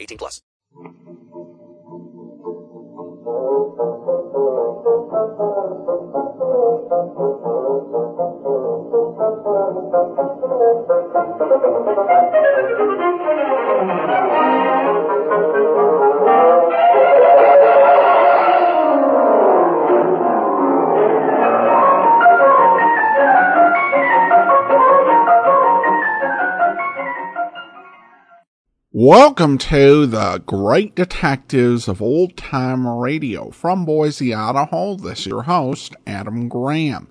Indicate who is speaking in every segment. Speaker 1: 18 plus.
Speaker 2: Welcome to the Great Detectives of Old Time Radio from Boise, Idaho. This is your host, Adam Graham.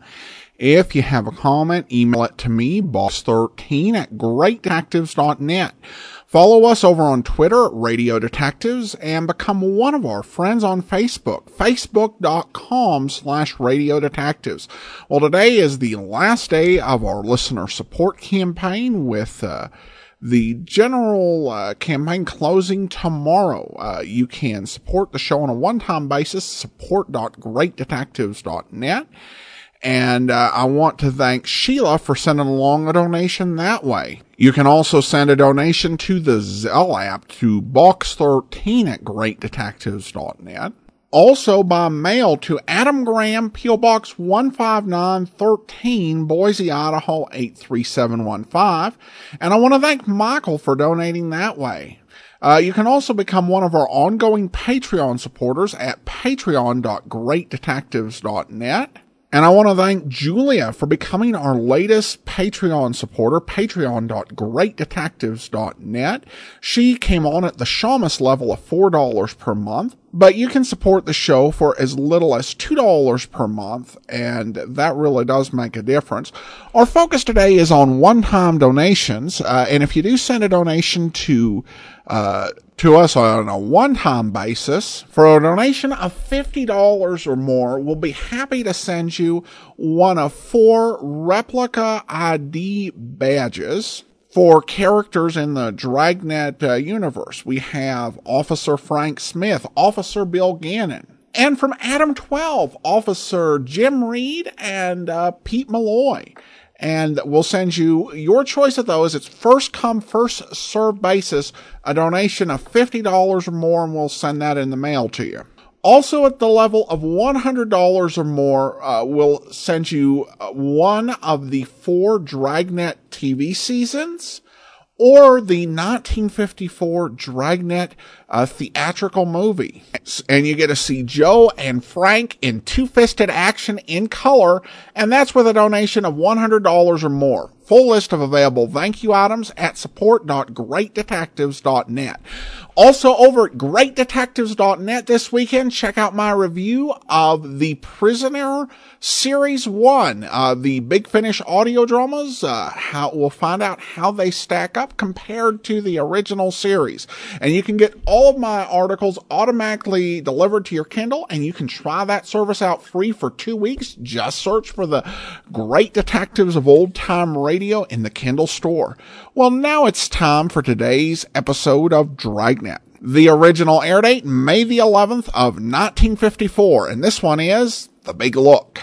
Speaker 2: If you have a comment, email it to me, boss13 at greatdetectives.net. Follow us over on Twitter at Radio Detectives and become one of our friends on Facebook, facebook.com slash Radio Detectives. Well, today is the last day of our listener support campaign with, uh, the general uh, campaign closing tomorrow. Uh, you can support the show on a one-time basis, support.greatdetectives.net. And uh, I want to thank Sheila for sending along a donation that way. You can also send a donation to the Zell app to box13 at greatdetectives.net. Also by mail to Adam Graham, P.O. Box 15913, Boise, Idaho 83715. And I want to thank Michael for donating that way. Uh, you can also become one of our ongoing Patreon supporters at patreon.greatdetectives.net. And I want to thank Julia for becoming our latest Patreon supporter, patreon.greatdetectives.net. She came on at the Shamus level of $4 per month, but you can support the show for as little as $2 per month, and that really does make a difference. Our focus today is on one-time donations, uh, and if you do send a donation to uh, to us on a one-time basis for a donation of $50 or more we'll be happy to send you one of four replica id badges for characters in the dragnet uh, universe we have officer frank smith officer bill gannon and from adam 12 officer jim reed and uh, pete malloy and we'll send you your choice of those. It's first come, first served basis, a donation of $50 or more, and we'll send that in the mail to you. Also, at the level of $100 or more, uh, we'll send you uh, one of the four Dragnet TV seasons or the 1954 Dragnet uh, theatrical movie. And you get to see Joe and Frank in two fisted action in color, and that's with a donation of $100 or more. Full list of available thank you items at support.greatdetectives.net. Also over at greatdetectives.net this weekend, check out my review of The Prisoner Series 1, uh, the Big Finish audio dramas. Uh, how, we'll find out how they stack up compared to the original series. And you can get all of my articles automatically delivered to your Kindle, and you can try that service out free for two weeks. Just search for the Great Detectives of Old Time Radio in the Kindle store. Well, now it's time for today's episode of Drag the original air date, May the 11th of 1954, and this one is The Big Look.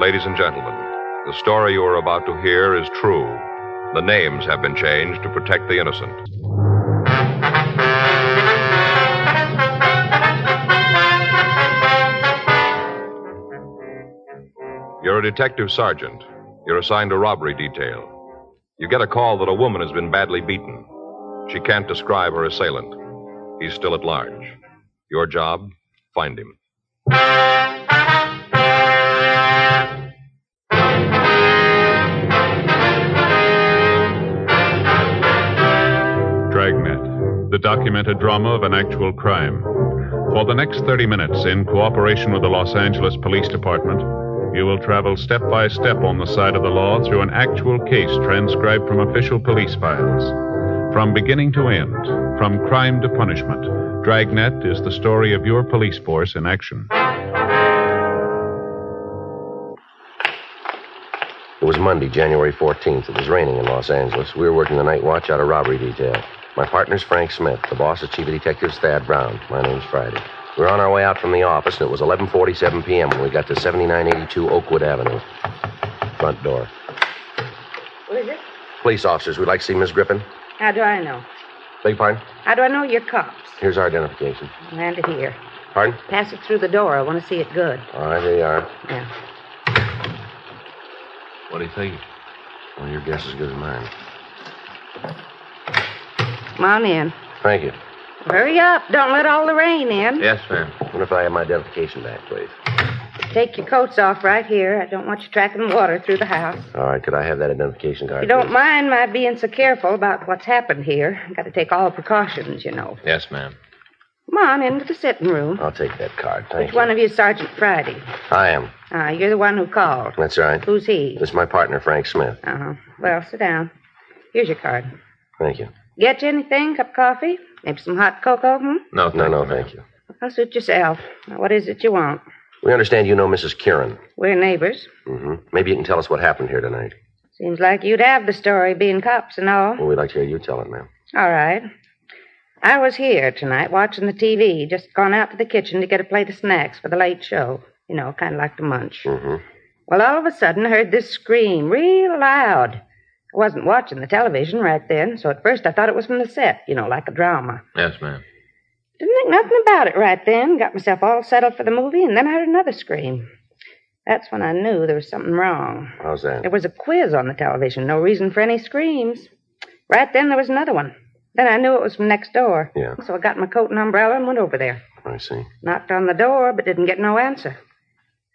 Speaker 3: Ladies and gentlemen, the story you are about to hear is true. The names have been changed to protect the innocent. Your You're a detective sergeant. You're assigned a robbery detail. You get a call that a woman has been badly beaten. She can't describe her assailant. He's still at large. Your job, find him.
Speaker 4: Dragnet, the documented drama of an actual crime. For the next 30 minutes, in cooperation with the Los Angeles Police Department, you will travel step by step on the side of the law through an actual case transcribed from official police files. From beginning to end, from crime to punishment, Dragnet is the story of your police force in action.
Speaker 5: It was Monday, January 14th. It was raining in Los Angeles. We were working the night watch out of robbery detail. My partner's Frank Smith. The boss is Chief of Detectives Thad Brown. My name's Friday. We were on our way out from the office, and it was 11.47 p.m. when we got to 7982 Oakwood Avenue. Front door.
Speaker 6: What is it?
Speaker 5: Police officers, we'd like to see Miss Griffin.
Speaker 6: How do I know?
Speaker 5: Beg your pardon?
Speaker 6: How do I know you're cops?
Speaker 5: Here's our identification.
Speaker 6: Hand it here.
Speaker 5: Pardon?
Speaker 6: Pass it through the door. I want to see it good.
Speaker 5: All right, here you are.
Speaker 6: Yeah.
Speaker 5: What do you think? Well, your guess is as good as mine.
Speaker 6: Come on in.
Speaker 5: Thank you.
Speaker 6: Hurry up. Don't let all the rain in.
Speaker 5: Yes, ma'am. What if I have my identification back, please?
Speaker 6: Take your coats off right here. I don't want you tracking water through the house.
Speaker 5: All right, could I have that identification
Speaker 6: If
Speaker 5: card?
Speaker 6: you don't
Speaker 5: please?
Speaker 6: mind my being so careful about what's happened here. I've got to take all precautions, you know.
Speaker 5: Yes, ma'am.
Speaker 6: Come on into the sitting room.
Speaker 5: I'll take that card. Thank
Speaker 6: Which
Speaker 5: you.
Speaker 6: one of you is Sergeant Friday?
Speaker 5: I am.
Speaker 6: Ah, you're the one who called.
Speaker 5: That's all right.
Speaker 6: Who's he?
Speaker 5: This is my partner, Frank Smith.
Speaker 6: Uh huh. Well, sit down. Here's your card.
Speaker 5: Thank you.
Speaker 6: Get you anything? Cup of coffee? Maybe some hot cocoa? Hmm?
Speaker 5: No, no, no, thank you.
Speaker 6: I'll suit yourself. Now, what is it you want?
Speaker 5: We understand you know Mrs. Kieran.
Speaker 6: We're neighbors.
Speaker 5: hmm Maybe you can tell us what happened here tonight.
Speaker 6: Seems like you'd have the story, being cops and all.
Speaker 5: Well, we'd like to hear you tell it, ma'am.
Speaker 6: All right. I was here tonight watching the TV. Just gone out to the kitchen to get a plate of snacks for the late show. You know, kind of like the munch.
Speaker 5: Mm-hmm.
Speaker 6: Well, all of a sudden, I heard this scream real loud. I wasn't watching the television right then, so at first I thought it was from the set, you know, like a drama.
Speaker 5: Yes, ma'am.
Speaker 6: Didn't think nothing about it right then. Got myself all settled for the movie, and then I heard another scream. That's when I knew there was something wrong.
Speaker 5: How's that?
Speaker 6: There was a quiz on the television. No reason for any screams. Right then, there was another one. Then I knew it was from next door.
Speaker 5: Yeah.
Speaker 6: So I got my coat and umbrella and went over there.
Speaker 5: I see.
Speaker 6: Knocked on the door, but didn't get no answer.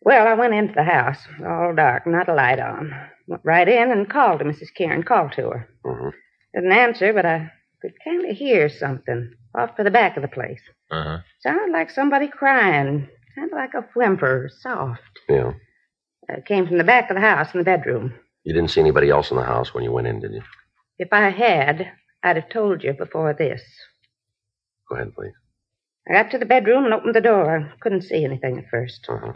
Speaker 6: Well, I went into the house, all dark, not a light on. Went right in and called to Mrs. Kieran, called to her.
Speaker 5: Mm-hmm.
Speaker 6: Didn't answer, but I could kind of hear something off to the back of the place.
Speaker 5: Uh-huh.
Speaker 6: Sounded like somebody crying, kind of like a whimper, soft.
Speaker 5: Yeah.
Speaker 6: Uh, came from the back of the house in the bedroom.
Speaker 5: You didn't see anybody else in the house when you went in, did you?
Speaker 6: If I had, I'd have told you before this.
Speaker 5: Go ahead, please.
Speaker 6: I got to the bedroom and opened the door. Couldn't see anything at 1st
Speaker 5: Uh-huh.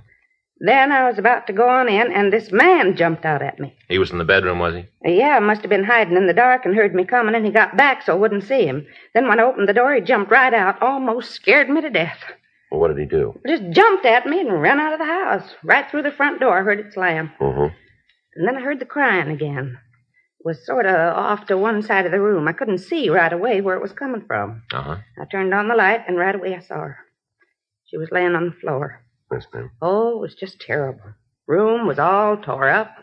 Speaker 6: Then I was about to go on in, and this man jumped out at me.
Speaker 7: He was in the bedroom, was he?
Speaker 6: Yeah, must have been hiding in the dark and heard me coming, and he got back so I wouldn't see him. Then when I opened the door, he jumped right out, almost scared me to death.
Speaker 5: Well, what did he do?
Speaker 6: Just jumped at me and ran out of the house, right through the front door. I heard it slam.
Speaker 5: Mm-hmm.
Speaker 6: And then I heard the crying again. It was sort of off to one side of the room. I couldn't see right away where it was coming from.
Speaker 5: Uh-huh.
Speaker 6: I turned on the light, and right away I saw her. She was laying on the floor.
Speaker 5: Yes, ma'am.
Speaker 6: Oh, it was just terrible. Room was all tore up.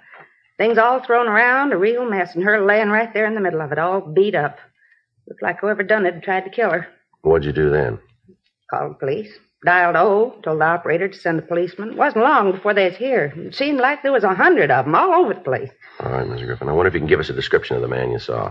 Speaker 6: Things all thrown around, a real mess, and her laying right there in the middle of it, all beat up. Looked like whoever done it had tried to kill her.
Speaker 5: What'd you do then?
Speaker 6: Called the police. Dialed O, told the operator to send a policeman. It wasn't long before they was here. It seemed like there was a hundred of 'em all over the place.
Speaker 5: All right, Mrs. Griffin. I wonder if you can give us a description of the man you saw.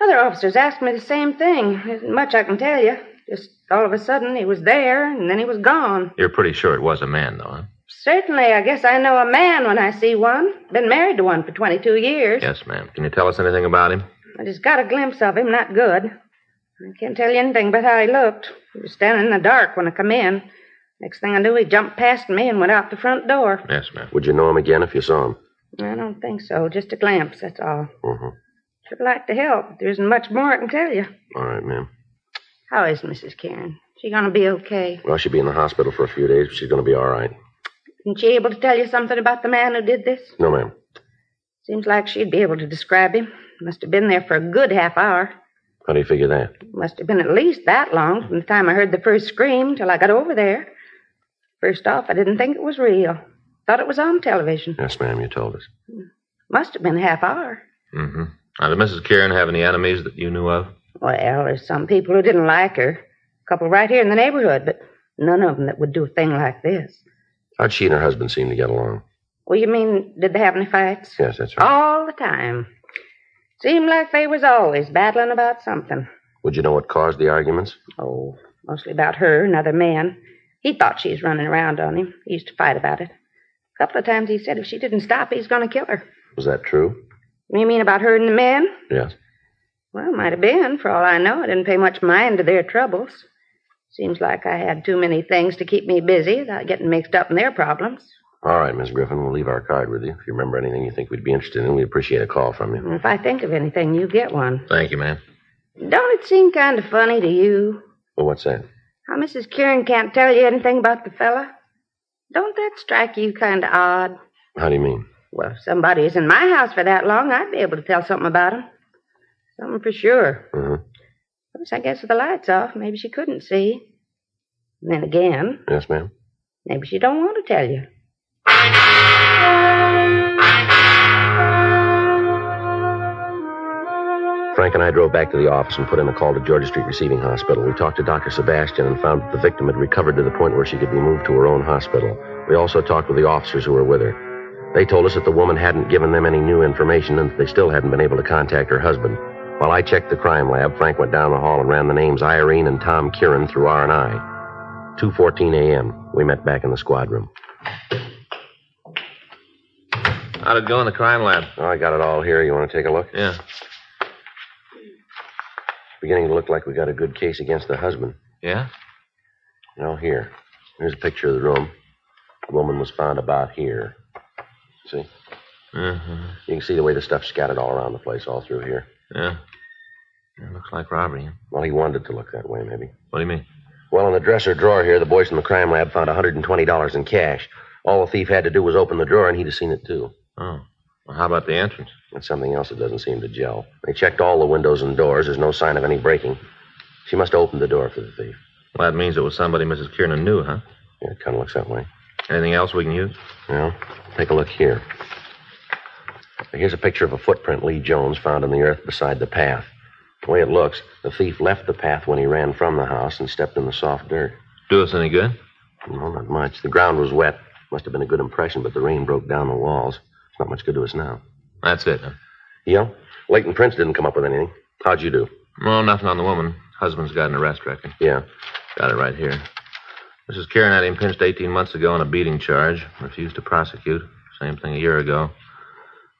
Speaker 6: Other officers asked me the same thing. Isn't much I can tell you. Just all of a sudden he was there, and then he was gone.
Speaker 7: You're pretty sure it was a man, though, huh?
Speaker 6: Certainly, I guess I know a man when I see one. Been married to one for 22 years.
Speaker 7: Yes, ma'am. Can you tell us anything about him?
Speaker 6: I just got a glimpse of him, not good. I can't tell you anything but how he looked. He was standing in the dark when I come in. Next thing I knew, he jumped past me and went out the front door.
Speaker 5: Yes, ma'am. Would you know him again if you saw him?
Speaker 6: I don't think so. Just a glimpse, that's all.
Speaker 5: Mm-hmm.
Speaker 6: Should like to help. but There isn't much more I can tell you.
Speaker 5: All right, ma'am.
Speaker 6: How is Mrs. Karen? She gonna be okay?
Speaker 5: Well, she'll be in the hospital for a few days, but she's going to be all right.
Speaker 6: Isn't she able to tell you something about the man who did this?
Speaker 5: No, ma'am.
Speaker 6: Seems like she'd be able to describe him. Must have been there for a good half hour.
Speaker 5: How do you figure that?
Speaker 6: Must have been at least that long from the time I heard the first scream till I got over there. First off, I didn't think it was real. Thought it was on television.
Speaker 7: Yes, ma'am, you told us.
Speaker 6: Must have been a half hour.
Speaker 7: Mm-hmm. Now, did Mrs. Kieran have any enemies that you knew of?
Speaker 6: Well, there's some people who didn't like her. A couple right here in the neighborhood, but none of them that would do a thing like this.
Speaker 5: How'd she and her husband seem to get along?
Speaker 6: Well, you mean, did they have any fights?
Speaker 5: Yes, that's right.
Speaker 6: All the time. Seemed like they was always battling about something.
Speaker 5: Would you know what caused the arguments?
Speaker 6: Oh. Mostly about her, another man. He thought she was running around on him. He used to fight about it. A couple of times he said if she didn't stop, he's going to kill her.
Speaker 5: Was that true?
Speaker 6: You mean about her and the man?
Speaker 5: Yes.
Speaker 6: Well, might have been. For all I know, I didn't pay much mind to their troubles. Seems like I had too many things to keep me busy without getting mixed up in their problems.
Speaker 5: All right, Miss Griffin, we'll leave our card with you. If you remember anything you think we'd be interested in, we'd appreciate a call from you.
Speaker 6: And if I think of anything, you get one.
Speaker 7: Thank you, ma'am.
Speaker 6: Don't it seem kind of funny to you
Speaker 5: Well, what's that?
Speaker 6: how Mrs. Kieran can't tell you anything about the fella? Don't that strike you kind of odd?
Speaker 5: How do you mean?
Speaker 6: Well, If somebody is in my house for that long, I'd be able to tell something about him. Something for sure.
Speaker 5: Mhm.
Speaker 6: Of course, I guess with the lights off, maybe she couldn't see. And then again,
Speaker 5: Yes, ma'am.
Speaker 6: maybe she don't want to tell you.
Speaker 5: Frank and I drove back to the office and put in a call to Georgia Street Receiving Hospital. We talked to Dr. Sebastian and found that the victim had recovered to the point where she could be moved to her own hospital. We also talked with the officers who were with her. They told us that the woman hadn't given them any new information and that they still hadn't been able to contact her husband. While I checked the crime lab, Frank went down the hall and ran the names Irene and Tom Kieran through R&I. 2.14 a.m., we met back in the squad room.
Speaker 7: How'd it go in the crime lab?
Speaker 5: Oh, I got it all here. You want to take a look?
Speaker 7: Yeah.
Speaker 5: Beginning to look like we got a good case against the husband.
Speaker 7: Yeah?
Speaker 5: Now, here. Here's a picture of the room. The woman was found about here. See?
Speaker 7: Mm-hmm.
Speaker 5: You can see the way the stuff's scattered all around the place, all through here.
Speaker 7: Yeah. It looks like robbery. huh?
Speaker 5: Well, he wanted it to look that way, maybe.
Speaker 7: What do you mean?
Speaker 5: Well, in the dresser drawer here, the boys from the crime lab found $120 in cash. All the thief had to do was open the drawer, and he'd have seen it, too.
Speaker 7: Oh. Well, how about the entrance?
Speaker 5: That's something else that doesn't seem to gel. They checked all the windows and doors. There's no sign of any breaking. She must have opened the door for the thief.
Speaker 7: Well, that means it was somebody Mrs. Kieran knew, huh?
Speaker 5: Yeah, it kind of looks that way.
Speaker 7: Anything else we can use?
Speaker 5: Well, take a look here. Here's a picture of a footprint Lee Jones found in the earth beside the path. The way it looks, the thief left the path when he ran from the house and stepped in the soft dirt.
Speaker 7: Do us any good?
Speaker 5: No, not much. The ground was wet. Must have been a good impression, but the rain broke down the walls. It's not much good to us now.
Speaker 7: That's it, huh?
Speaker 5: Yeah? Leighton Prince didn't come up with anything. How'd you do?
Speaker 7: Well, nothing on the woman. Husband's got an arrest record.
Speaker 5: Yeah.
Speaker 7: Got it right here. Mrs. Kieran had him pinched 18 months ago on a beating charge. Refused to prosecute. Same thing a year ago.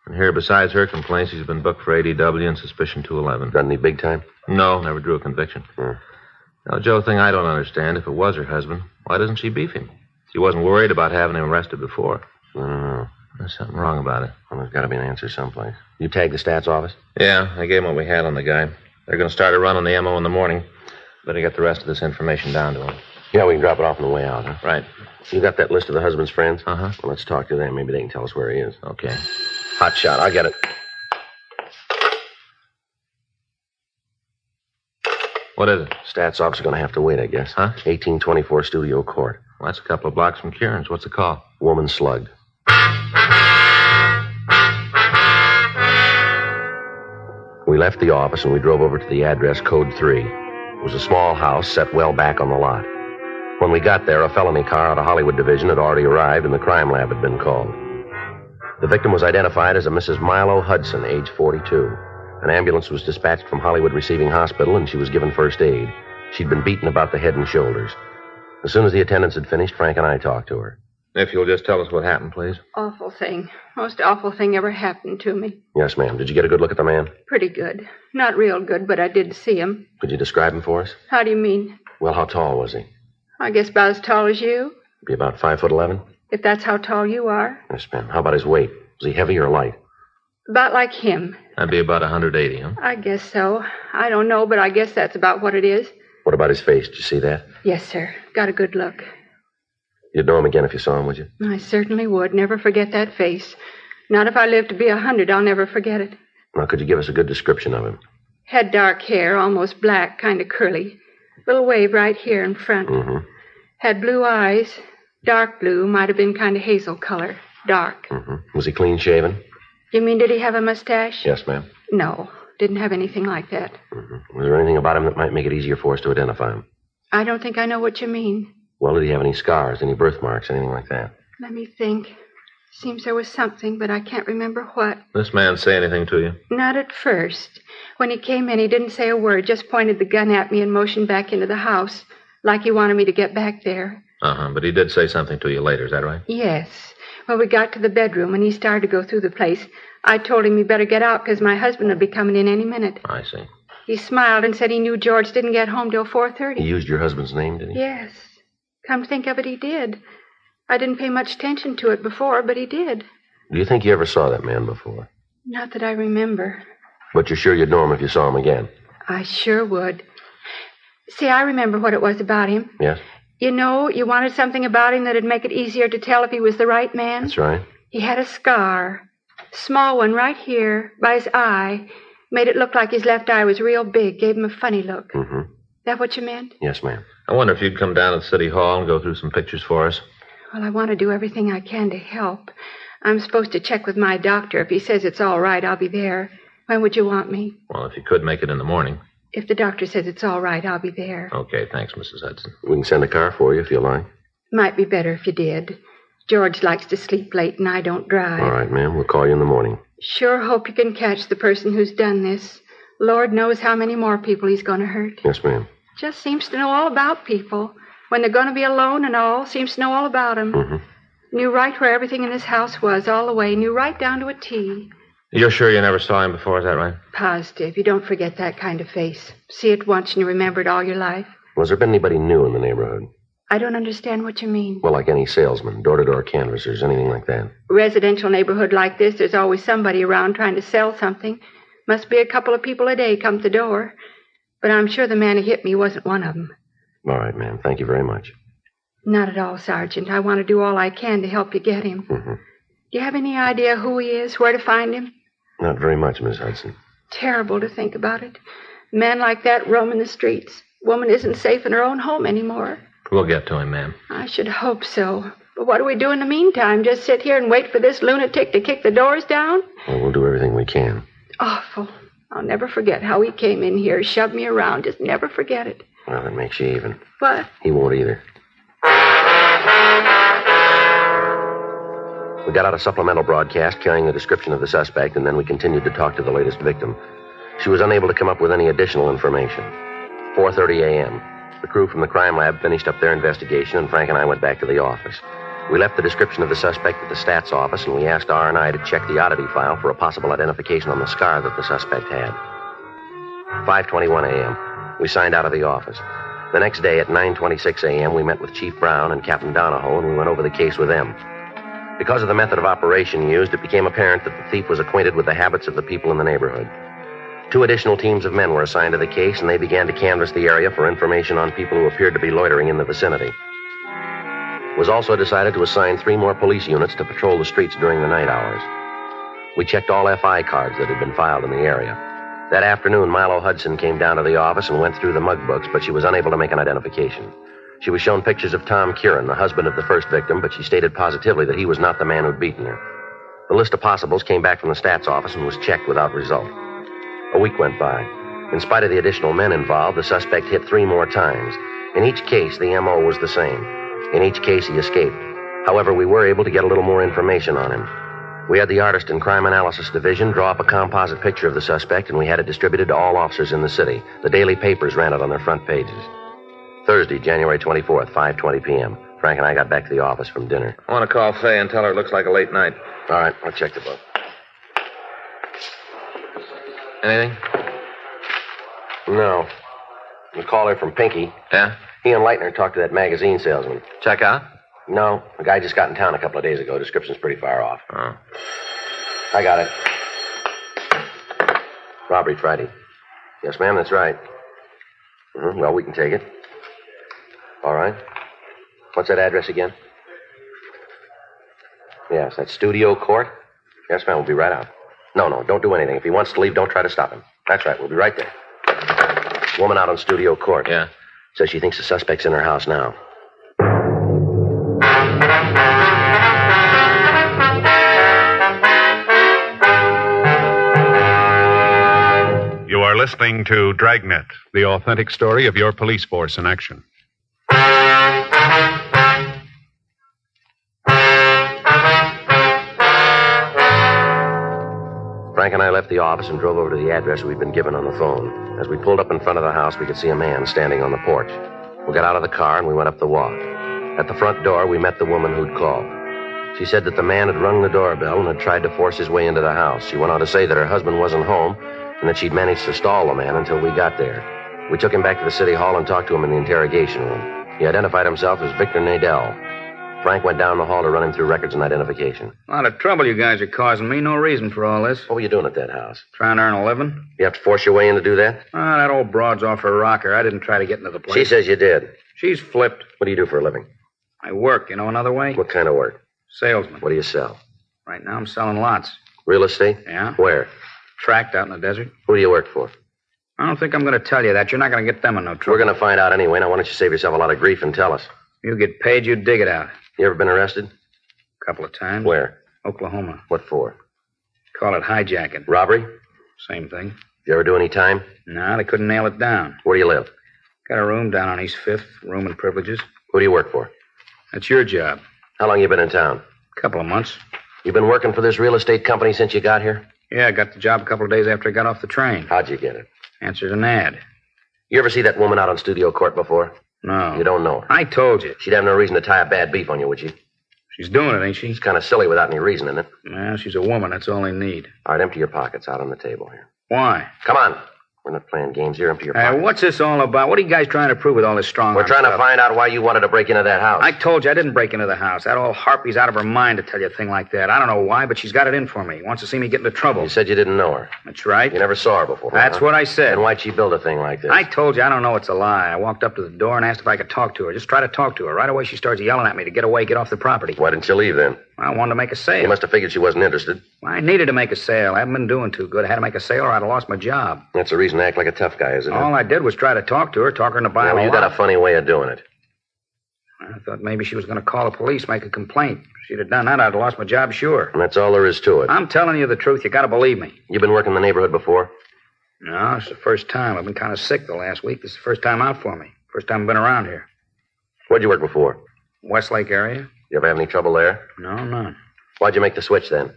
Speaker 7: And here, besides her complaints, he's been booked for ADW and suspicion 211.
Speaker 5: Done any big time? Hmm.
Speaker 7: No, never drew a conviction. Now, Joe, thing I don't understand, if it was her husband, why doesn't she beef him? She wasn't worried about having him arrested before.
Speaker 5: I don't know.
Speaker 7: There's something wrong about it.
Speaker 5: Well, there's got to be an answer someplace. You tagged the stats office?
Speaker 7: Yeah, I gave him what we had on the guy. They're going to start a run on the MO in the morning. Better get the rest of this information down to him.
Speaker 5: Yeah, we can drop it off on the way out, huh?
Speaker 7: Right.
Speaker 5: You got that list of the husband's friends?
Speaker 7: Uh huh.
Speaker 5: Well, let's talk to them. Maybe they can tell us where he is.
Speaker 7: Okay.
Speaker 5: Hot shot. I'll get it.
Speaker 7: What is it?
Speaker 5: Stats office are going to have to wait, I guess.
Speaker 7: Huh?
Speaker 5: 1824 Studio Court.
Speaker 7: Well, that's a couple of blocks from Kieran's. What's the call?
Speaker 5: Woman slugged. We left the office and we drove over to the address Code 3. It was a small house set well back on the lot. When we got there, a felony car out of Hollywood Division had already arrived and the crime lab had been called. The victim was identified as a Mrs. Milo Hudson, age 42. An ambulance was dispatched from Hollywood Receiving Hospital and she was given first aid. She'd been beaten about the head and shoulders. As soon as the attendants had finished, Frank and I talked to her.
Speaker 7: If you'll just tell us what happened, please.
Speaker 8: Awful thing. Most awful thing ever happened to me.
Speaker 5: Yes, ma'am. Did you get a good look at the man?
Speaker 8: Pretty good. Not real good, but I did see him.
Speaker 5: Could you describe him for us?
Speaker 8: How do you mean?
Speaker 5: Well, how tall was he?
Speaker 8: I guess about as tall as you,
Speaker 5: Be about five foot eleven.
Speaker 8: if that's how tall you are.
Speaker 5: Yes, ma'am. How about his weight? Was he heavy or light?
Speaker 8: About like him.
Speaker 7: That'd be about 180, huh?
Speaker 8: I guess so. I don't know, but I guess that's about what it is.
Speaker 5: What about his face? Did you see that?
Speaker 8: Yes, sir. Got a good look.
Speaker 5: You'd know him again if you saw him, would you?
Speaker 8: I certainly would. Never forget that face. Not if I live to be a hundred, I'll never forget it.
Speaker 5: Now, could you give us a good description of him?
Speaker 8: Had dark hair, almost black, kind of curly. Little wave right here in front.
Speaker 5: Mm-hmm.
Speaker 8: Had blue eyes, Dark blue might have been kind of hazel color. Dark.
Speaker 5: Was he clean shaven?
Speaker 8: You mean did he have a mustache?
Speaker 5: Yes, ma'am.
Speaker 8: No, didn't have anything like that.
Speaker 5: Was there anything about him that might make it easier for us to identify him?
Speaker 8: I don't think I know what you mean.
Speaker 5: Well, did he have any scars, any birthmarks, anything like that?
Speaker 8: Let me think. Seems there was something, but I can't remember what.
Speaker 7: This man say anything to you?
Speaker 8: Not at first. When he came in, he didn't say a word, just pointed the gun at me and motioned back into the house, like he wanted me to get back there.
Speaker 7: Uh huh. But he did say something to you later, is that right?
Speaker 8: Yes. Well, we got to the bedroom, and he started to go through the place. I told him he better get out because my husband would be coming in any minute.
Speaker 5: I see.
Speaker 8: He smiled and said he knew George didn't get home till four
Speaker 5: He
Speaker 8: thirty.
Speaker 5: used your husband's name, did he?
Speaker 8: Yes. Come to think of it, he did. I didn't pay much attention to it before, but he did.
Speaker 5: Do you think you ever saw that man before?
Speaker 8: Not that I remember.
Speaker 5: But you're sure you'd know him if you saw him again?
Speaker 8: I sure would. See, I remember what it was about him.
Speaker 5: Yes?
Speaker 8: You know, you wanted something about him that'd make it easier to tell if he was the right man.
Speaker 5: That's right.
Speaker 8: He had a scar, small one right here by his eye, made it look like his left eye was real big, gave him a funny look.
Speaker 5: Mm-hmm.
Speaker 8: That what you meant?
Speaker 5: Yes, ma'am.
Speaker 7: I wonder if you'd come down to the City Hall and go through some pictures for us.
Speaker 8: Well, I want to do everything I can to help. I'm supposed to check with my doctor. If he says it's all right, I'll be there. When would you want me?
Speaker 7: Well, if you could make it in the morning.
Speaker 8: If the doctor says it's all right, I'll be there.
Speaker 7: Okay, thanks, Mrs. Hudson.
Speaker 5: We can send a car for you if you like.
Speaker 8: Might be better if you did. George likes to sleep late and I don't drive.
Speaker 5: All right, ma'am. We'll call you in the morning.
Speaker 8: Sure hope you can catch the person who's done this. Lord knows how many more people he's going to hurt.
Speaker 5: Yes, ma'am.
Speaker 8: Just seems to know all about people. When they're going to be alone and all, seems to know all about 'em.
Speaker 5: Mm-hmm.
Speaker 8: Knew right where everything in this house was all the way, knew right down to a T.
Speaker 7: You're sure you never saw him before, is that right?
Speaker 8: Positive. You don't forget that kind of face. See it once and you remember it all your life.
Speaker 5: Was there been anybody new in the neighborhood?
Speaker 8: I don't understand what you mean.
Speaker 5: Well, like any salesman, door to door canvassers, anything like that.
Speaker 8: Residential neighborhood like this, there's always somebody around trying to sell something. Must be a couple of people a day come to the door. But I'm sure the man who hit me wasn't one of 'em.
Speaker 5: All right, ma'am. Thank you very much.
Speaker 8: Not at all, Sergeant. I want to do all I can to help you get him.
Speaker 5: Mhm.
Speaker 8: Do you have any idea who he is, where to find him?
Speaker 5: Not very much, Miss Hudson.
Speaker 8: Terrible to think about it. Man like that roaming the streets. Woman isn't safe in her own home anymore.
Speaker 7: We'll get to him, ma'am.
Speaker 8: I should hope so. But what do we do in the meantime? Just sit here and wait for this lunatic to kick the doors down?
Speaker 5: Well, we'll do everything we can.
Speaker 8: Awful. I'll never forget how he came in here, shoved me around. Just never forget it.
Speaker 5: Well, that makes you even.
Speaker 8: But
Speaker 5: He won't either. We got out a supplemental broadcast carrying the description of the suspect, and then we continued to talk to the latest victim. She was unable to come up with any additional information. 4:30 a.m. The crew from the crime lab finished up their investigation, and Frank and I went back to the office. We left the description of the suspect at the stats office, and we asked R and I to check the oddity file for a possible identification on the scar that the suspect had. 5:21 a.m. We signed out of the office. The next day at 9:26 a.m., we met with Chief Brown and Captain Donahoe, and we went over the case with them. Because of the method of operation used, it became apparent that the thief was acquainted with the habits of the people in the neighborhood. Two additional teams of men were assigned to the case, and they began to canvass the area for information on people who appeared to be loitering in the vicinity. It was also decided to assign three more police units to patrol the streets during the night hours. We checked all FI cards that had been filed in the area. That afternoon, Milo Hudson came down to the office and went through the mug books, but she was unable to make an identification. She was shown pictures of Tom Curran, the husband of the first victim, but she stated positively that he was not the man who'd beaten her. The list of possibles came back from the stats office and was checked without result. A week went by. In spite of the additional men involved, the suspect hit three more times. In each case, the MO was the same. In each case, he escaped. However, we were able to get a little more information on him. We had the artist and crime analysis division draw up a composite picture of the suspect, and we had it distributed to all officers in the city. The daily papers ran it on their front pages. Thursday, January 24th, 5:20 p.m. Frank and I got back to the office from dinner.
Speaker 7: I want to call Fay and tell her it looks like a late night.
Speaker 5: All right, I'll check the book.
Speaker 7: Anything?
Speaker 5: No. The caller from Pinky.
Speaker 7: Yeah?
Speaker 5: He and Leitner talked to that magazine salesman.
Speaker 7: Check out?
Speaker 5: No, the guy just got in town a couple of days ago. Description's pretty far off.
Speaker 7: Uh,
Speaker 5: Oh. I got it. Robbery Friday. Yes, ma'am, that's right. Mhm, Well, we can take it. All right. What's that address again? Yes, that's Studio Court. Yes, ma'am, we'll be right out. No, no, don't do anything. If he wants to leave, don't try to stop him. That's right, we'll be right there. Woman out on Studio Court. Yeah. Says she thinks the suspect's in her house now.
Speaker 4: are listening to Dragnet, the authentic story of your police force in action.
Speaker 5: Frank and I left the office and drove over to the address we'd been given on the phone. As we pulled up in front of the house, we could see a man standing on the porch. We got out of the car and we went up the walk. At the front door, we met the woman who'd called. She said that the man had rung the doorbell and had tried to force his way into the house. She went on to say that her husband wasn't home and that she'd managed to stall the man until we got there. We took him back to the city hall and talked to him in the interrogation room. He identified himself as Victor Nadell. Frank went down the hall to run him through records and identification.
Speaker 9: A lot of trouble you guys are causing me. No reason for all this.
Speaker 5: What were you doing at that house?
Speaker 9: Trying to earn a living?
Speaker 5: You have to force your way in to do that?
Speaker 9: Ah, that old broad's off her rocker. I didn't try to get into the place.
Speaker 5: She says you did.
Speaker 9: She's flipped.
Speaker 5: What do you do for a living?
Speaker 9: I work, you know, another way?
Speaker 5: What kind of work?
Speaker 9: Salesman.
Speaker 5: What do you sell?
Speaker 9: Right now I'm selling lots.
Speaker 5: Real estate?
Speaker 9: Yeah.
Speaker 5: Where?
Speaker 9: Tracked out in the desert.
Speaker 5: Who do you work for?
Speaker 9: I don't think I'm going to tell you that. You're not going to get them in no trouble.
Speaker 5: We're going to find out anyway. Now, why don't you save yourself a lot of grief and tell us?
Speaker 9: You get paid, you dig it out.
Speaker 5: You ever been arrested?
Speaker 9: A couple of times.
Speaker 5: Where?
Speaker 9: Oklahoma.
Speaker 5: What for?
Speaker 9: Call it hijacking.
Speaker 5: Robbery?
Speaker 9: Same thing.
Speaker 5: You ever do any time?
Speaker 9: No, they couldn't nail it down.
Speaker 5: Where do you live?
Speaker 9: Got a room down on East Fifth, room and privileges.
Speaker 5: Who do you work for?
Speaker 9: That's your job.
Speaker 5: How long you been in town?
Speaker 9: Couple of months.
Speaker 5: You been working for this real estate company since you got here?
Speaker 9: Yeah, I got the job a couple of days after I got off the train.
Speaker 5: How'd you get it?
Speaker 9: Answered an ad.
Speaker 5: You ever see that woman out on studio court before?
Speaker 9: No.
Speaker 5: You don't know her.
Speaker 9: I told you.
Speaker 5: She'd have no reason to tie a bad beef on you, would she?
Speaker 9: She's doing it, ain't she?
Speaker 5: She's kind of silly without any reason, isn't it?
Speaker 9: Well, she's a woman. That's all they need.
Speaker 5: All right, empty your pockets out on the table here.
Speaker 9: Why?
Speaker 5: Come on. We're not playing games here. Empty your
Speaker 9: Hey,
Speaker 5: pockets.
Speaker 9: what's this all about? What are you guys trying to prove with all this strong
Speaker 5: We're trying to find out why you wanted to break into that house.
Speaker 9: I told you I didn't break into the house. That old harpy's out of her mind to tell you a thing like that. I don't know why, but she's got it in for me. Wants to see me get into trouble.
Speaker 5: You said you didn't know her.
Speaker 9: That's right.
Speaker 5: You never saw her before.
Speaker 9: That's
Speaker 5: huh?
Speaker 9: what I said.
Speaker 5: Then why'd she build a thing like this?
Speaker 9: I told you I don't know it's a lie. I walked up to the door and asked if I could talk to her. Just try to talk to her. Right away she starts yelling at me to get away, get off the property.
Speaker 5: Why didn't you leave then?
Speaker 9: I wanted to make a
Speaker 5: You
Speaker 9: sale.
Speaker 5: must have figured she wasn't interested.
Speaker 9: I needed to make a sale. I haven't been doing too good. I had to make a sale or I'd have lost my job.
Speaker 5: That's the reason to act like a tough guy, isn't it?
Speaker 9: All I did was try to talk to her, talk her into buying
Speaker 5: Well,
Speaker 9: a
Speaker 5: you
Speaker 9: lot.
Speaker 5: got a funny way of doing it.
Speaker 9: I thought maybe she was going to call the police, make a complaint. If she'd have done that, I'd have lost my job, sure.
Speaker 5: And that's all there is to it.
Speaker 9: I'm telling you the truth. You got to believe me.
Speaker 5: You've been working in the neighborhood before?
Speaker 9: No, it's the first time. I've been kind of sick the last week. This is the first time out for me. First time I've been around here.
Speaker 5: Where'd you work before?
Speaker 9: Westlake area?
Speaker 5: You ever have any trouble there?
Speaker 9: No, none.
Speaker 5: Why'd you make the switch then?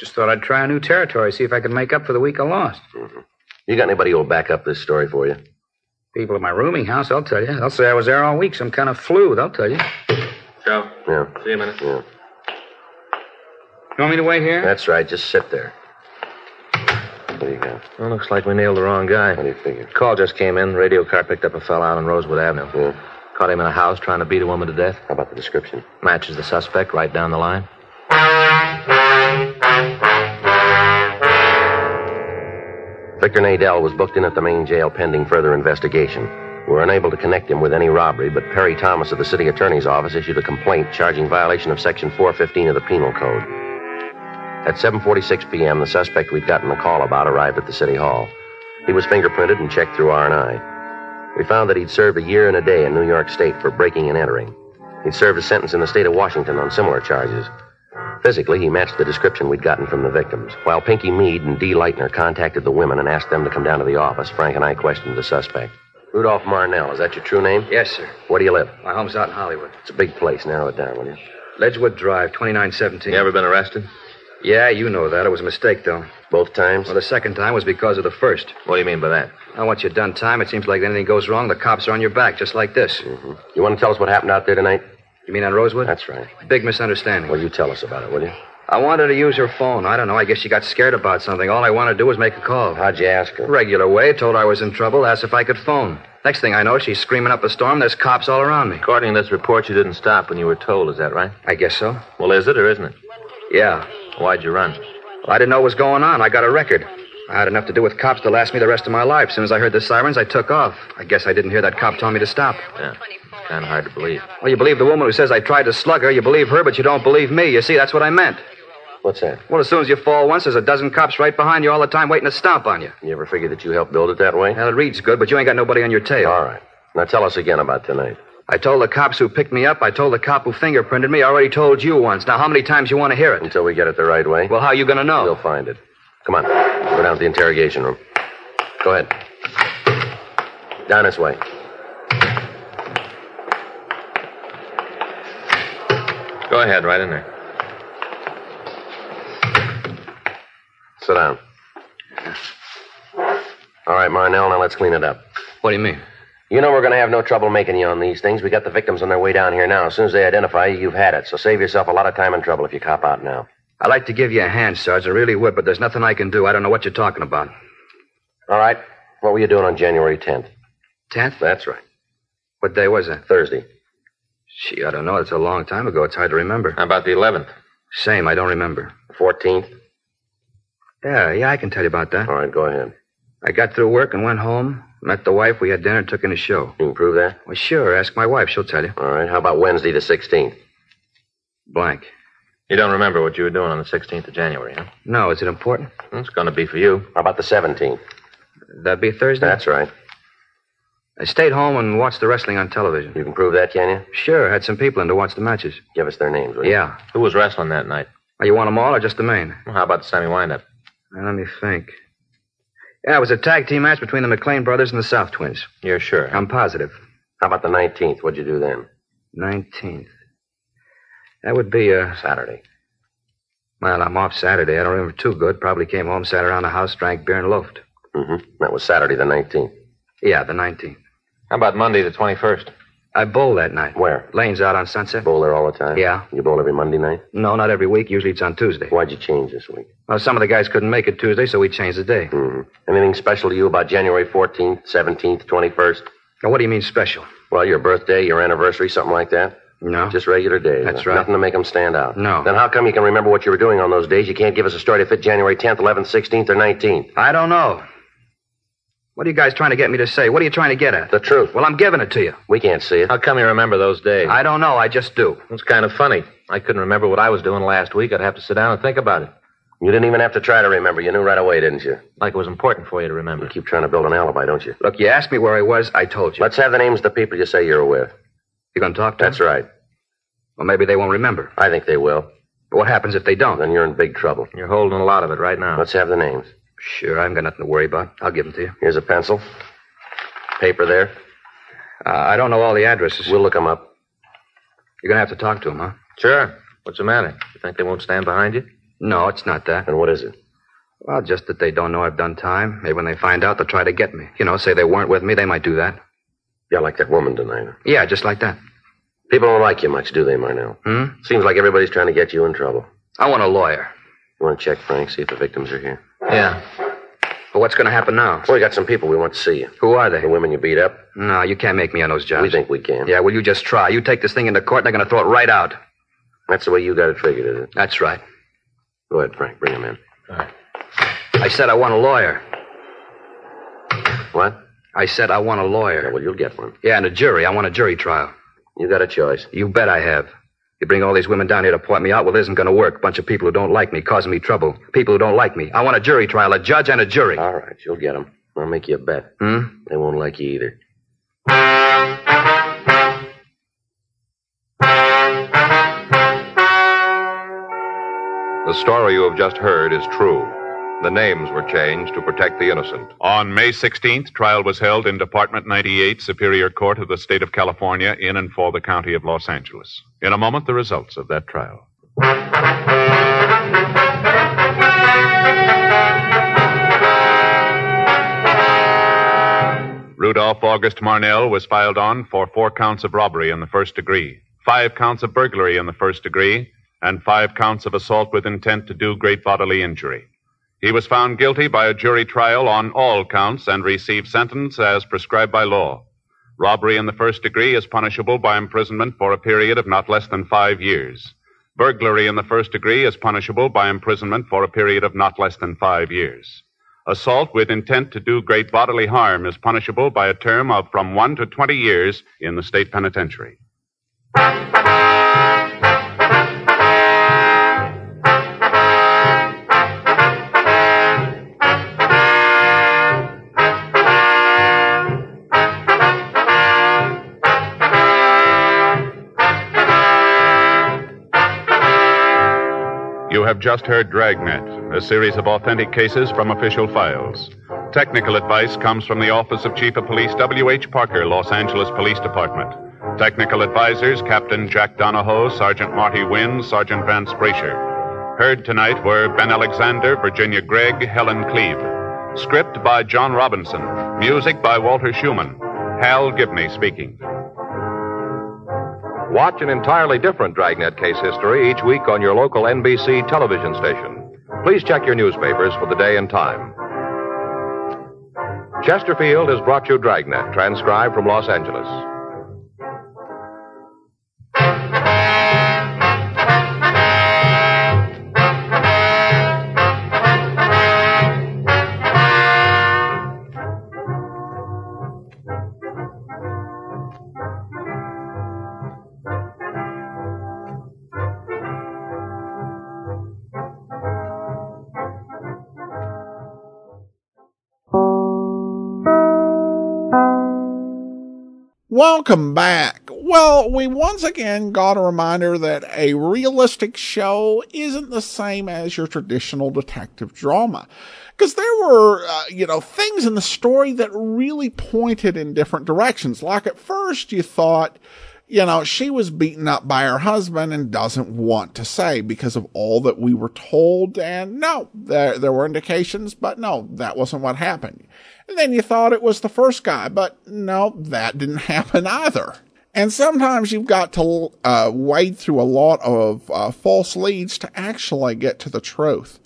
Speaker 9: Just thought I'd try a new territory, see if I could make up for the week I lost.
Speaker 5: Mm-hmm. You got anybody who'll back up this story for you?
Speaker 9: People at my rooming house, they'll tell you. They'll say I was there all week, some kind of flu, they'll tell you. You
Speaker 7: Joe,
Speaker 5: Yeah.
Speaker 7: see you in a minute.
Speaker 5: Yeah.
Speaker 9: want me to wait here?
Speaker 5: That's right. Just sit there. What do you got?
Speaker 7: Well, looks like we nailed the wrong guy.
Speaker 5: How do you figure?
Speaker 7: Call just came in. Radio car picked up a fella out on Rosewood Avenue.
Speaker 5: Yeah.
Speaker 7: Caught him in a house trying to beat a woman to death.
Speaker 5: How about the description?
Speaker 7: Matches the suspect right down the line.
Speaker 5: Victor Nadell was booked in at the main jail pending further investigation. We were unable to connect him with any robbery, but Perry Thomas of the city attorney's office issued a complaint charging violation of section 415 of the penal code. At 7:46 p.m., the suspect we'd gotten a call about arrived at the city hall. He was fingerprinted and checked through R&I. We found that he'd served a year and a day in New York State for breaking and entering. He'd served a sentence in the state of Washington on similar charges. Physically, he matched the description we'd gotten from the victims. While Pinky Mead and Dee Leitner contacted the women and asked them to come down to the office, Frank and I questioned the suspect. Rudolph Marnell, is that your true name?
Speaker 9: Yes, sir.
Speaker 5: Where do you live?
Speaker 9: My home's out in Hollywood.
Speaker 5: It's a big place. Narrow it down, will you?
Speaker 9: Ledgewood Drive, 2917.
Speaker 7: You ever been arrested?
Speaker 9: Yeah, you know that. It was a mistake, though.
Speaker 5: Both times?
Speaker 9: Well, the second time was because of the first.
Speaker 7: What do you mean by that?
Speaker 9: Now, once you've done time, it seems like anything goes wrong, the cops are on your back, just like this.
Speaker 5: Mm-hmm. You want to tell us what happened out there tonight?
Speaker 9: You mean on Rosewood?
Speaker 5: That's right.
Speaker 9: Big misunderstanding.
Speaker 5: Well, you tell us about it, will you?
Speaker 9: I wanted to use her phone. I don't know. I guess she got scared about something. All I wanted to do was make a call.
Speaker 5: How'd you ask her?
Speaker 9: Regular way, told her I was in trouble, asked if I could phone. Next thing I know, she's screaming up a storm. There's cops all around me.
Speaker 7: According to this report, you didn't stop when you were told. Is that right?
Speaker 9: I guess so.
Speaker 7: Well, is it or isn't it?
Speaker 9: Yeah.
Speaker 7: Why'd you run?
Speaker 9: Well, I didn't know what was going on. I got a record. I had enough to do with cops to last me the rest of my life. As soon as I heard the sirens, I took off. I guess I didn't hear that cop telling me to stop.
Speaker 7: Yeah. Kind of hard to believe.
Speaker 9: Well, you believe the woman who says I tried to slug her, you believe her, but you don't believe me. You see, that's what I meant.
Speaker 5: What's that?
Speaker 9: Well, as soon as you fall once, there's a dozen cops right behind you all the time waiting to stomp on you.
Speaker 5: You ever figure that you helped build it that way?
Speaker 9: Now, it reads good, but you ain't got nobody on your tail.
Speaker 5: All right. Now tell us again about tonight.
Speaker 9: I told the cops who picked me up. I told the cop who fingerprinted me. I already told you once. Now, how many times you want to hear it?
Speaker 5: Until we get it the right way,
Speaker 9: Well, how you going to know?
Speaker 5: we'll find it. Come on. Go down to the interrogation room. Go ahead. Down this way.
Speaker 7: Go ahead, right in there.
Speaker 5: Sit down. All right, Marnell, now let's clean it up.
Speaker 9: What do you mean?
Speaker 5: You know we're going to have no trouble making you on these things. We got the victims on their way down here now. As soon as they identify you, you've had it. So save yourself a lot of time and trouble if you cop out now.
Speaker 9: I'd like to give you a hand, Sarge. I really would, but there's nothing I can do. I don't know what you're talking about.
Speaker 5: All right. What were you doing on January 10th?
Speaker 9: 10th?
Speaker 5: That's right.
Speaker 9: What day was that?
Speaker 5: Thursday.
Speaker 9: Gee, I don't know. It's a long time ago. It's hard to remember. How
Speaker 7: about the 11th?
Speaker 9: Same. I don't remember.
Speaker 5: 14th?
Speaker 9: Yeah, yeah, I can tell you about that.
Speaker 5: All right, go ahead.
Speaker 9: I got through work and went home, met the wife, we had dinner, took in a show.
Speaker 5: You can prove that?
Speaker 9: Well, sure. Ask my wife. She'll tell you.
Speaker 5: All right. How about Wednesday the 16th?
Speaker 9: Blank.
Speaker 7: You don't remember what you were doing on the 16th of January, huh?
Speaker 9: No, is it important?
Speaker 7: It's going to be for you.
Speaker 5: How about the 17th?
Speaker 9: That'd be Thursday?
Speaker 5: That's right.
Speaker 9: I stayed home and watched the wrestling on television.
Speaker 5: You can prove that, can you?
Speaker 9: Sure, had some people in to watch the matches.
Speaker 5: Give us their names, will you?
Speaker 9: Yeah.
Speaker 7: Who was wrestling that night?
Speaker 9: Oh, you want them all or just the main?
Speaker 7: Well, how about the semi windup?
Speaker 9: Now, let me think. Yeah, it was a tag team match between the McLean brothers and the South twins.
Speaker 7: You're sure? huh?
Speaker 9: I'm positive.
Speaker 5: How about the 19th? What'd you do then?
Speaker 9: 19th. That would be, uh,
Speaker 5: Saturday.
Speaker 9: well, I'm off Saturday. I don't remember too good. Probably came home, sat around the house, drank beer, and loafed.
Speaker 5: Mm-hmm. That was Saturday the 19th.
Speaker 9: Yeah, the 19th.
Speaker 7: How about Monday, the 21st?
Speaker 9: I bowled that night.
Speaker 5: Where?
Speaker 9: Lane's out on Sunset.
Speaker 5: Bowl there all the time?
Speaker 9: Yeah.
Speaker 5: You bowl every Monday night?
Speaker 9: No, not every week. Usually it's on Tuesday.
Speaker 5: Why'd you change this week?
Speaker 9: Well, some of the guys couldn't make it Tuesday, so we changed the day.
Speaker 5: Mm-hmm. Anything special to you about January 14th, 17th, 21st?
Speaker 9: Now, what do you mean special?
Speaker 5: Well, your birthday, your anniversary, something like that?
Speaker 9: No.
Speaker 5: Just regular days.
Speaker 9: That's
Speaker 5: huh?
Speaker 9: right.
Speaker 5: Nothing to make them stand out.
Speaker 9: No.
Speaker 5: Then how come you can remember what you were doing on those days? You can't give us a story to fit January 10th, 11th, 16th, or 19th.
Speaker 9: I don't know. What are you guys trying to get me to say? What are you trying to get at?
Speaker 5: The truth.
Speaker 9: Well, I'm giving it to you.
Speaker 5: We can't see it.
Speaker 7: How come you remember those days?
Speaker 9: I don't know. I just do.
Speaker 7: It's kind of funny. I couldn't remember what I was doing last week. I'd have to sit down and think about it.
Speaker 5: You didn't even have to try to remember. You knew right away, didn't you?
Speaker 7: Like it was important for you to remember.
Speaker 5: You keep trying to build an alibi, don't you?
Speaker 9: Look, you asked me where I was. I told you.
Speaker 5: Let's have the names of the people you say you're with.
Speaker 9: You going to talk to
Speaker 5: That's
Speaker 9: them?
Speaker 5: right.
Speaker 9: Well, maybe they won't remember.
Speaker 5: I think they will.
Speaker 9: What happens if they don't?
Speaker 5: Then you're in big trouble.
Speaker 7: You're holding a lot of it right now.
Speaker 5: Let's have the names.
Speaker 9: Sure, I haven't got nothing to worry about. I'll give them to you.
Speaker 5: Here's a pencil. Paper there.
Speaker 9: Uh, I don't know all the addresses.
Speaker 5: We'll look them up.
Speaker 9: You're going to have to talk to them, huh?
Speaker 7: Sure. What's the matter? You think they won't stand behind you?
Speaker 9: No, it's not that.
Speaker 5: And what is it?
Speaker 9: Well, just that they don't know I've done time. Maybe when they find out, they'll try to get me. You know, say they weren't with me, they might do that.
Speaker 5: Yeah, like that woman tonight.
Speaker 9: Yeah, just like that.
Speaker 5: People don't like you much, do they, Marnell?
Speaker 9: Hmm?
Speaker 5: Seems like everybody's trying to get you in trouble.
Speaker 9: I want a lawyer.
Speaker 5: You want to check, Frank, see if the victims are here?
Speaker 9: Yeah. But what's going to happen now?
Speaker 5: Well, we got some people we want to see you.
Speaker 9: Who are they?
Speaker 5: The women you beat up?
Speaker 9: No, you can't make me on those jobs.
Speaker 5: We think we can.
Speaker 9: Yeah, well, you just try. You take this thing into court, and they're going to throw it right out.
Speaker 5: That's the way you got it figured, is it?
Speaker 9: That's right.
Speaker 5: Go ahead, Frank. Bring him in.
Speaker 9: I said I want a lawyer.
Speaker 5: What?
Speaker 9: I said I want a
Speaker 5: Yeah,
Speaker 9: lawyer.
Speaker 5: well, you'll get one.
Speaker 9: Yeah, and a jury. I want a jury trial.
Speaker 5: You got a choice.
Speaker 9: You bet I have. You bring all these women down here to point me out. Well, it isn't going to work. Bunch of people who don't like me, causing me trouble. People who don't like me. I want a jury trial, a judge and a jury.
Speaker 5: All right, you'll get them. I'll make you a bet.
Speaker 9: Hmm?
Speaker 5: They won't like you either.
Speaker 3: The story you have just heard is true. The names were changed to protect the innocent.
Speaker 4: On May 16th, trial was held in Department 98, Superior Court of the State of California, in and for the County of Los Angeles. In a moment, the results of that trial. Rudolph August Marnell was filed on for four counts of robbery in the first degree, five counts of burglary in the first degree, and five counts of assault with intent to do great bodily injury. He was found guilty by a jury trial on all counts and received sentence as prescribed by law. Robbery in the first degree is punishable by imprisonment for a period of not less than five years. Burglary in the first degree is punishable by imprisonment for a period of not less than five years. Assault with intent to do great bodily harm is punishable by a term of from one to twenty years in the state penitentiary. You have just heard Dragnet, a series of authentic cases from official files. Technical advice comes from the Office of Chief of Police W.H. Parker, Los Angeles Police Department. Technical advisors Captain Jack Donahoe, Sergeant Marty Wynn, Sergeant Vance Brasher. Heard tonight were Ben Alexander, Virginia Gregg, Helen Cleve. Script by John Robinson. Music by Walter Schumann. Hal Gibney speaking.
Speaker 3: Watch an entirely different Dragnet case history each week on your local NBC television station. Please check your newspapers for the day and time. Chesterfield has brought you Dragnet, transcribed from Los Angeles.
Speaker 2: Welcome back. Well, we once again got a reminder that a realistic show isn't the same as your traditional detective drama. Because there were, uh, you know, things in the story that really pointed in different directions. Like at first you thought, you know, she was beaten up by her husband and doesn't want to say because of all that we were told. And no, there, there were indications, but no, that wasn't what happened. And then you thought it was the first guy, but no, that didn't happen either. And sometimes you've got to uh, wade through a lot of uh, false leads to actually get to the truth.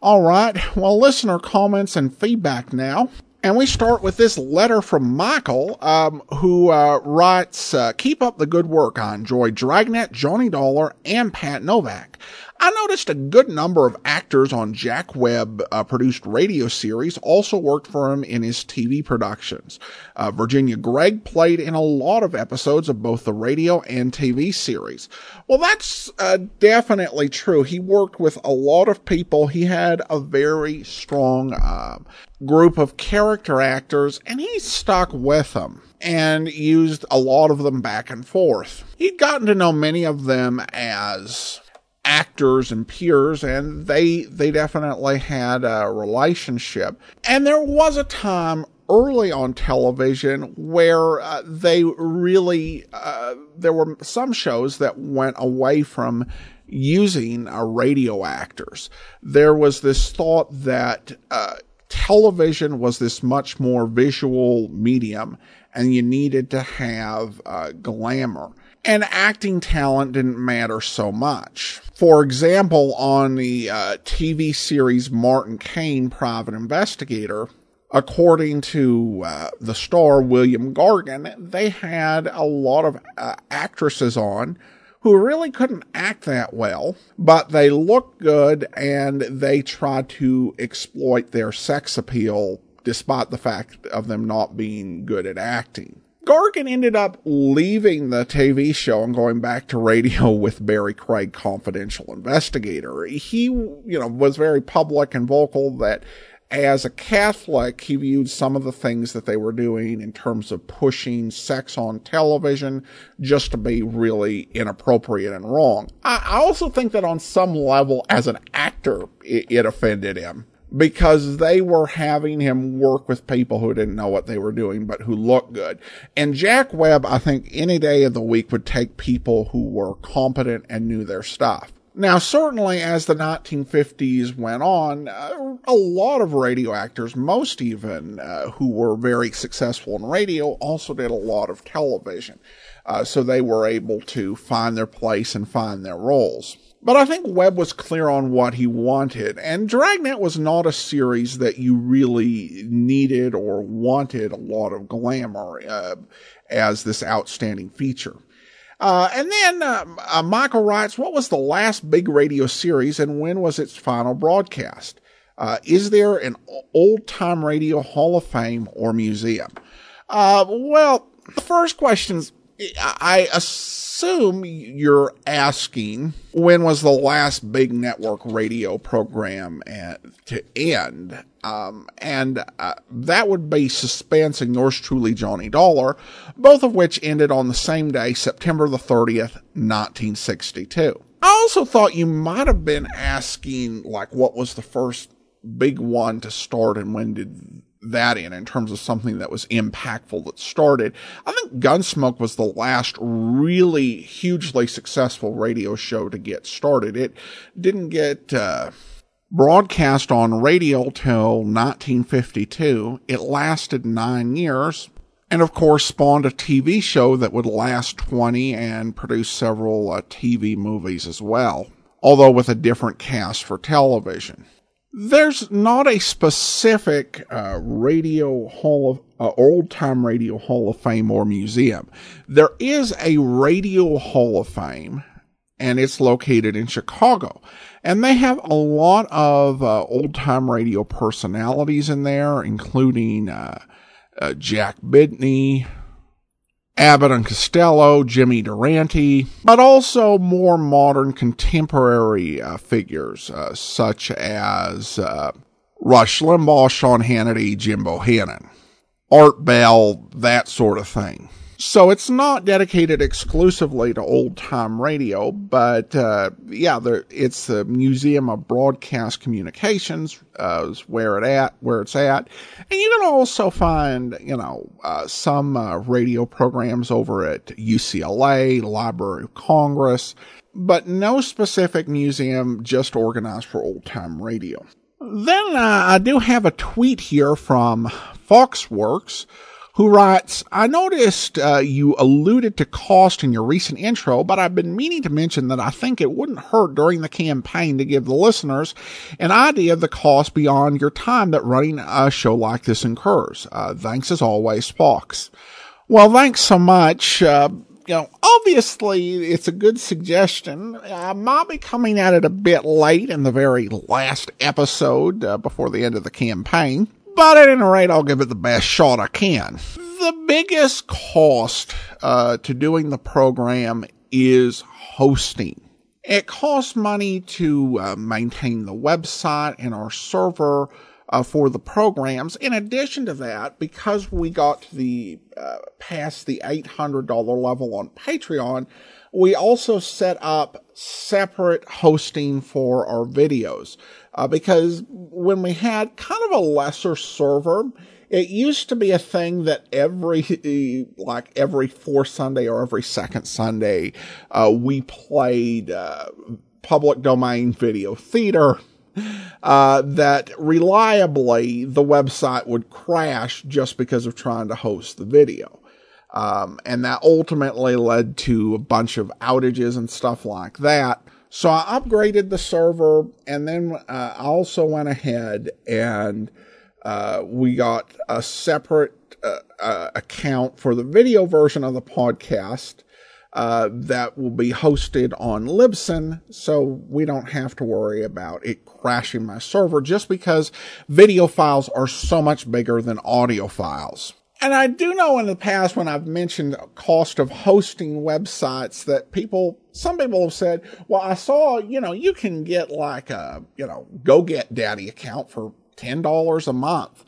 Speaker 2: All right, well, listener comments and feedback now. And we start with this letter from Michael, um, who uh, writes, uh, Keep up the good work. I enjoy Dragnet, Johnny Dollar, and Pat Novak. I noticed a good number of actors on Jack Webb uh, produced radio series also worked for him in his TV productions. Uh, Virginia Gregg played in a lot of episodes of both the radio and TV series. Well, that's uh, definitely true. He worked with a lot of people. He had a very strong uh, group of character actors, and he stuck with them and used a lot of them back and forth. He'd gotten to know many of them as actors and peers and they they definitely had a relationship and there was a time early on television where uh, they really uh, there were some shows that went away from using uh, radio actors there was this thought that uh, television was this much more visual medium and you needed to have uh, glamour and acting talent didn't matter so much. For example, on the uh, TV series Martin Kane, Private Investigator, according to uh, the star William Gargan, they had a lot of uh, actresses on who really couldn't act that well, but they looked good and they tried to exploit their sex appeal despite the fact of them not being good at acting. Gargan ended up leaving the TV show and going back to radio with Barry Craig, confidential investigator. He, you know, was very public and vocal that as a Catholic, he viewed some of the things that they were doing in terms of pushing sex on television just to be really inappropriate and wrong. I also think that on some level, as an actor, it offended him because they were having him work with people who didn't know what they were doing, but who looked good. And Jack Webb, I think any day of the week would take people who were competent and knew their stuff. Now, certainly as the 1950s went on, uh, a lot of radio actors, most even, uh, who were very successful in radio also did a lot of television. Uh, so they were able to find their place and find their roles. But I think Webb was clear on what he wanted, and Dragnet was not a series that you really needed or wanted a lot of glamour uh, as this outstanding feature. Uh, and then uh, Michael writes, What was the last big radio series and when was its final broadcast? Uh, is there an old time radio Hall of Fame or museum? Uh, well, the first question's I assume you're asking when was the last big network radio program at, to end? Um, and uh, that would be Suspense and yours truly, Johnny Dollar, both of which ended on the same day, September the 30th, 1962. I also thought you might have been asking, like, what was the first big one to start and when did that in in terms of something that was impactful that started. I think Gunsmoke was the last really hugely successful radio show to get started. It didn't get uh, broadcast on radio till 1952. It lasted nine years. And of course, spawned a TV show that would last 20 and produce several uh, TV movies as well, although with a different cast for television there's not a specific uh, radio hall of uh, old time radio hall of fame or museum. There is a radio hall of fame, and it's located in Chicago, and they have a lot of uh, old time radio personalities in there, including uh, Jack Bidney, Abbott and Costello, Jimmy Durante, but also more modern contemporary uh, figures uh, such as uh, Rush Limbaugh, Sean Hannity, Jim Bohannon, Art Bell, that sort of thing. So it's not dedicated exclusively to old time radio, but uh, yeah, there, it's the Museum of Broadcast Communications uh, is where it at, where it's at, and you can also find, you know, uh, some uh, radio programs over at UCLA, Library of Congress, but no specific museum just organized for old time radio. Then uh, I do have a tweet here from Foxworks. Who writes, I noticed uh, you alluded to cost in your recent intro, but I've been meaning to mention that I think it wouldn't hurt during the campaign to give the listeners an idea of the cost beyond your time that running a show like this incurs. Uh, thanks as always, Fox. Well, thanks so much. Uh, you know, obviously it's a good suggestion. I might be coming at it a bit late in the very last episode uh, before the end of the campaign, but at any rate, I'll give it the best shot I can. The biggest cost uh, to doing the program is hosting. It costs money to uh, maintain the website and our server. Uh, for the programs. In addition to that, because we got to the uh, past the $800 level on Patreon, we also set up separate hosting for our videos. Uh, because when we had kind of a lesser server, it used to be a thing that every like every fourth Sunday or every second Sunday, uh, we played uh, public domain video theater. Uh, that reliably the website would crash just because of trying to host the video. Um, and that ultimately led to a bunch of outages and stuff like that. So I upgraded the server and then uh, I also went ahead and uh, we got a separate uh, account for the video version of the podcast. Uh, that will be hosted on Libsyn, so we don't have to worry about it crashing my server just because video files are so much bigger than audio files. And I do know in the past when I've mentioned cost of hosting websites that people, some people have said, well, I saw, you know, you can get like a, you know, go get daddy account for $10 a month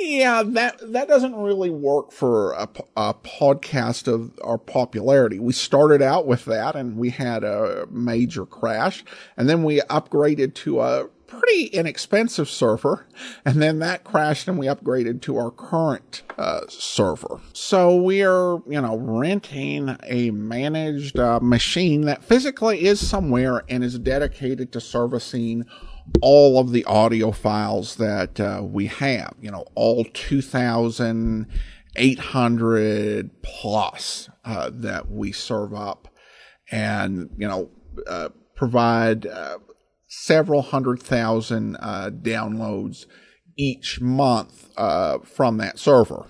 Speaker 2: yeah that that doesn't really work for a, a, podcast of our popularity we started out with that and we had a major crash and then we upgraded to a pretty inexpensive server and then that crashed and we upgraded to our current uh, server so we're you know renting a managed uh, machine that physically is somewhere and is dedicated to servicing all of the audio files that uh, we have, you know, all 2,800 plus uh, that we serve up and, you know, uh, provide uh, several hundred thousand uh, downloads each month uh, from that server.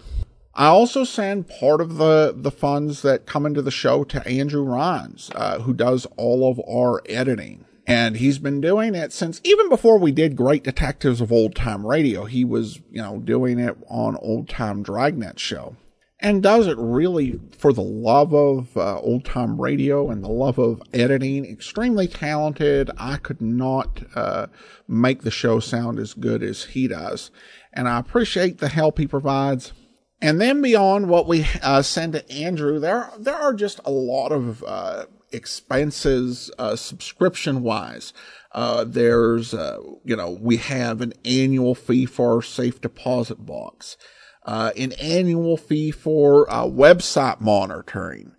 Speaker 2: I also send part of the, the funds that come into the show to Andrew Rhines, uh, who does all of our editing and he's been doing it since even before we did Great Detectives of Old Time Radio. He was, you know, doing it on Old Time Dragnet Show and does it really for the love of uh, old time radio and the love of editing. Extremely talented. I could not uh, make the show sound as good as he does. And I appreciate the help he provides. And then beyond what we uh, send to Andrew, there there are just a lot of expenses uh, subscription wise. Uh, there's, uh, you know, we have an annual fee for our safe deposit box, uh, an annual fee for uh, website monitoring.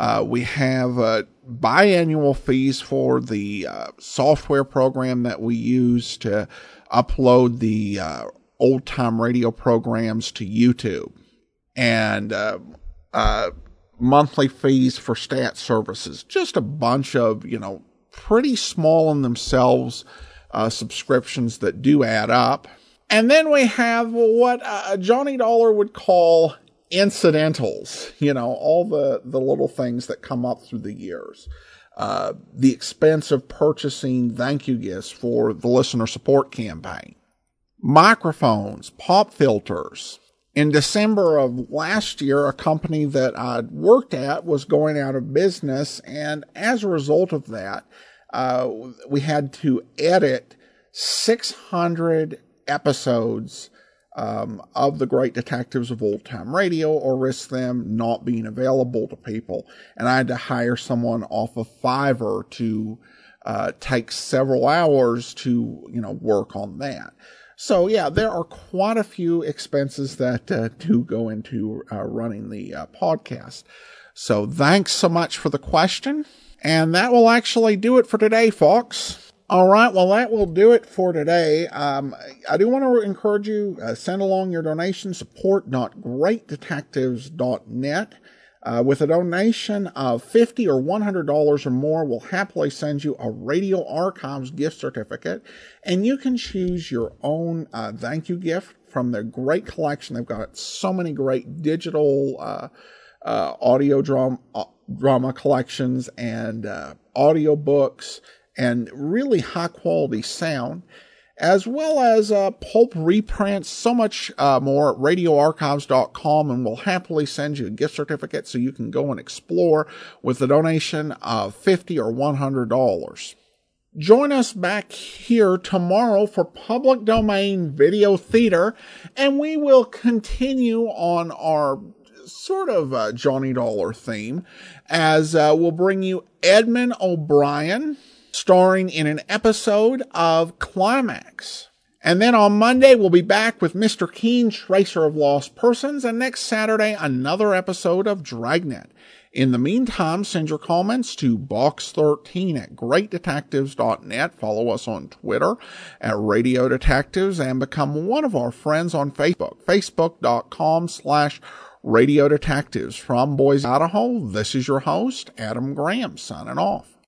Speaker 2: Uh, we have uh, biannual fees for the uh, software program that we use to upload the uh, old time radio programs to YouTube, and uh, uh, monthly fees for stat services. Just a bunch of you know pretty small in themselves uh, subscriptions that do add up. And then we have what uh, Johnny Dollar would call incidentals, you know, all the, the little things that come up through the years. Uh, the expense of purchasing thank you gifts for the listener support campaign, microphones, pop filters. In December of last year, a company that I'd worked at was going out of business, and as a result of that, uh, we had to edit 600 episodes um, of the great detectives of old time radio or risk them not being available to people. And I had to hire someone off of Fiverr to uh, take several hours to, you know, work on that. So yeah, there are quite a few expenses that uh, do go into uh, running the uh, podcast. So thanks so much for the question. And that will actually do it for today, folks. All right. Well, that will do it for today. Um, I do want to encourage you uh, send along your donation support.greatdetectives.net. Uh, with a donation of fifty or one hundred dollars or more, we'll happily send you a Radio Archives gift certificate, and you can choose your own uh, thank you gift from their great collection. They've got so many great digital uh, uh, audio drama, drama collections and uh, audio books and really high quality sound, as well as uh, pulp reprints, so much uh, more at radioarchives.com. And we'll happily send you a gift certificate so you can go and explore with a donation of 50 or $100. Join us back here tomorrow for public domain video theater, and we will continue on our sort of uh, Johnny Dollar theme as uh, we'll bring you Edmund O'Brien starring in an episode of Climax. And then on Monday, we'll be back with Mr. Keen, Tracer of Lost Persons, and next Saturday, another episode of Dragnet. In the meantime, send your comments to box13 at greatdetectives.net. Follow us on Twitter at Radio Detectives and become one of our friends on Facebook, facebook.com slash Radio Detectives. From Boise, Idaho, this is your host, Adam Graham, signing off.